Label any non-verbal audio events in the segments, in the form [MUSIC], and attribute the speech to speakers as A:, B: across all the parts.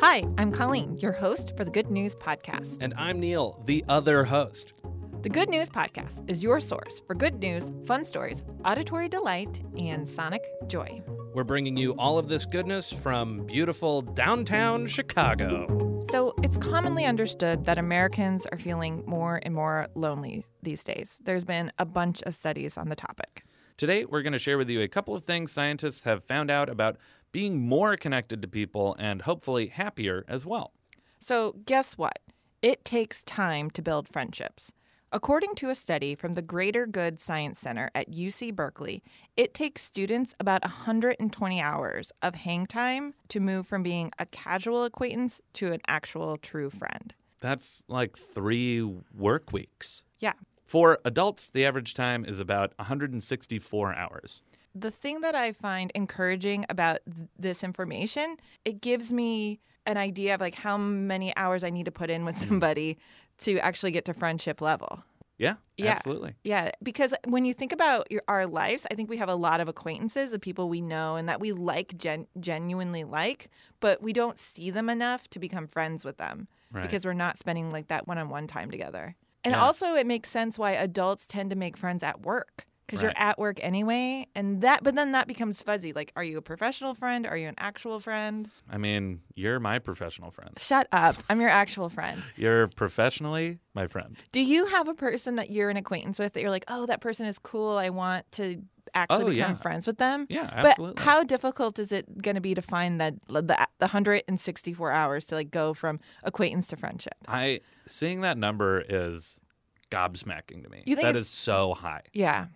A: Hi, I'm Colleen, your host for the Good News Podcast.
B: And I'm Neil, the other host.
A: The Good News Podcast is your source for good news, fun stories, auditory delight, and sonic joy.
B: We're bringing you all of this goodness from beautiful downtown Chicago.
A: So, it's commonly understood that Americans are feeling more and more lonely these days. There's been a bunch of studies on the topic.
C: Today, we're going to share with you a couple of things scientists have found out about being more connected to people and hopefully happier as well.
A: So, guess what? It takes time to build friendships. According to a study from the Greater Good Science Center at UC Berkeley, it takes students about 120 hours of hang time to move from being a casual acquaintance to an actual true friend.
C: That's like three work weeks.
A: Yeah.
C: For adults, the average time is about 164 hours.
A: The thing that I find encouraging about th- this information, it gives me an idea of like how many hours I need to put in with somebody to actually get to friendship level.
C: Yeah,
A: Yeah.
C: absolutely.
A: Yeah, because when you think about your, our lives, I think we have a lot of acquaintances of people we know and that we like gen- genuinely like, but we don't see them enough to become friends with them
C: Right.
A: because we're not spending like that one-on-one time together. And
C: Yeah.
A: also, it makes sense why adults tend to make friends at work because
C: Right.
A: you're at work anyway, and that. But then that becomes fuzzy. Like, are you a professional friend? Are you an actual friend?
C: I mean, you're my professional friend.
A: Shut up! I'm your actual friend.
C: You're professionally my friend.
A: Do you have a person that you're an acquaintance with that you're like, oh, that person is cool. I want to actually
C: Oh,
A: become
C: yeah.
A: friends with them?
C: Yeah,
A: But
C: absolutely.
A: how difficult is it going to be to find that the, the 164 hours to like go from acquaintance to friendship?
C: I seeing that number is gobsmacking to me.
A: You think
C: that
A: it's-
C: is so high.
A: Yeah,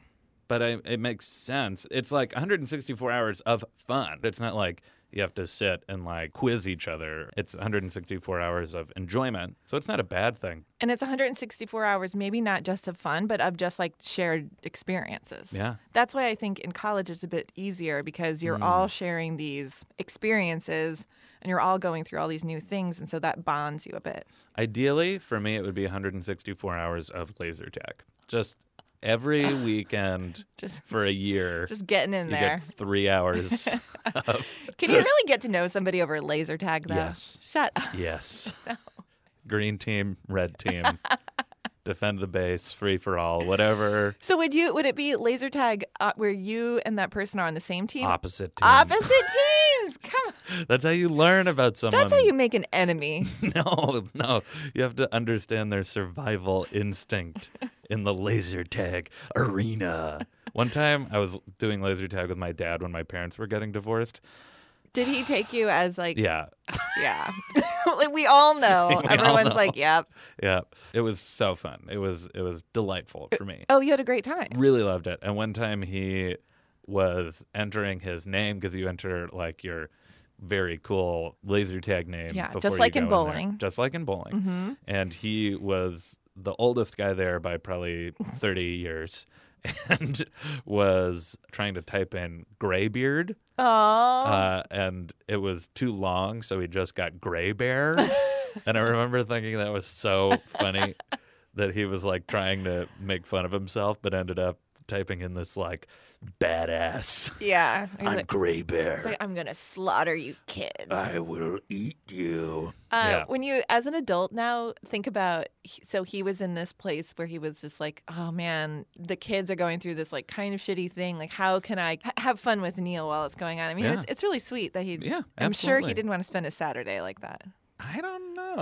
C: but I, it makes sense. It's like 164 hours of fun. It's not like you have to sit and like quiz each other. It's 164 hours of enjoyment. So it's not a bad thing.
A: and it's 164 hours, maybe not just of fun, but of just like shared experiences.
C: Yeah.
A: That's why I think in college it's a bit easier because
C: Mm.
A: you're all sharing these experiences and you're all going through all these new things, and so that bonds you a bit.
C: Ideally, for me, it would be 164 hours of laser tag. Just
A: [LAUGHS]
C: every weekend
A: Just-
C: for a year.
A: Just getting in
C: you [LAUGHS]
A: there.
C: get
A: [LAUGHS]
C: three hours. of,
A: Can you really get to know somebody over laser tag though?
C: Yes.
A: Shut up. [LAUGHS]
C: yes. Green team, red team. Defend the base, free for all, whatever.
A: So would you? Would it be laser tag uh, where you and that person are on the same team?
C: Opposite team.
A: Opposite teams. Come on.
C: That's how you learn about someone.
A: That's how you make an enemy.
C: [LAUGHS] No, no. You have to understand their survival instinct in the laser tag arena. One time I was doing laser tag with my dad when my parents were getting divorced.
A: Did he take you as like?
C: Yeah.
A: yeah. [LAUGHS] like we all know.
C: [LAUGHS] We all
A: Everyone's
C: know.
A: like, yep.
C: Yeah. It was so fun. It was it was delightful for me.
A: Oh, you had a great time.
C: Really loved it. And one time he was entering his name because you enter like your very cool laser tag name.
A: Yeah,
C: before
A: just
C: you
A: like in
C: go there.
A: bowling.
C: Just like in bowling.
A: Mm-hmm.
C: and he was the oldest guy there by probably 30 years [LAUGHS] and was trying to type in graybeard
A: Oh.
C: uh, and it was too long so he just got
A: [LAUGHS]
C: gray bear and i remember thinking that was so funny that he was like trying to make fun of himself but ended up typing in this like badass
A: yeah. He's
C: i'm
A: like,
C: gray
A: it's
C: bear
A: like, I'm gonna slaughter you kids.
C: i will eat you
A: Uh,
C: Yeah.
A: When you, as an adult now, think about so he was in this place where he was just like, oh man, the kids are going through this like kind of shitty thing. Like, how can I h- have fun with Neil while it's going on? I mean,
C: Yeah.
A: it was, it's really sweet that he.
C: yeah
A: I'm sure he
C: absolutely.
A: didn't want to spend a Saturday like that.
C: i don't
A: [LAUGHS]
C: know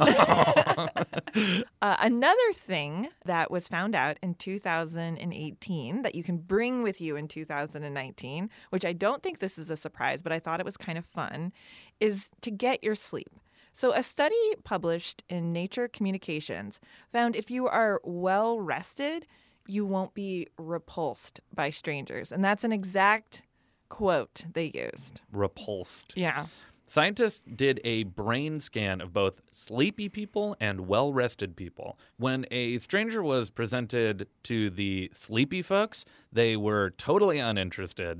A: Uh, another thing that was found out in 2018 that you can bring with you in 2019, which I don't think this is a surprise, but I thought it was kind of fun, is to get your sleep. So, a study published in Nature Communications found if you are well rested, you won't be repulsed by strangers. And that's an exact quote they used.
C: repulsed
A: Yeah.
C: Scientists did a brain scan of both sleepy people and well rested people. When a stranger was presented to the sleepy folks, they were totally uninterested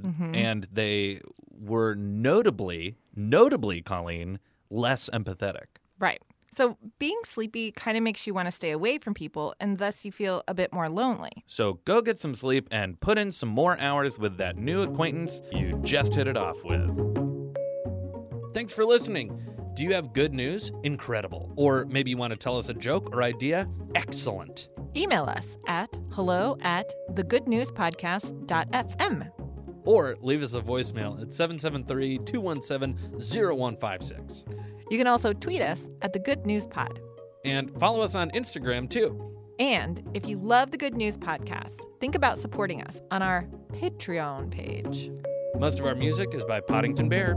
C: and they were notably, notably, Colleen, less empathetic.
A: Right. So, being sleepy kind of makes you want to stay away from people, and thus you feel a bit more lonely.
C: So go get some sleep and put in some more hours with that new acquaintance you just hit it off with. Thanks for listening. Do you have good news? Incredible. Or maybe you want to tell us a joke or idea? Excellent.
A: Email us at hello at thegoodnewspodcast.fm.
C: Or leave us a voicemail at 773 217 0156.
A: You can also tweet us at the Good News Pod.
C: And follow us on Instagram too.
A: And if you love the Good News Podcast, think about supporting us on our Patreon page.
C: Most of our music is by Poddington Bear.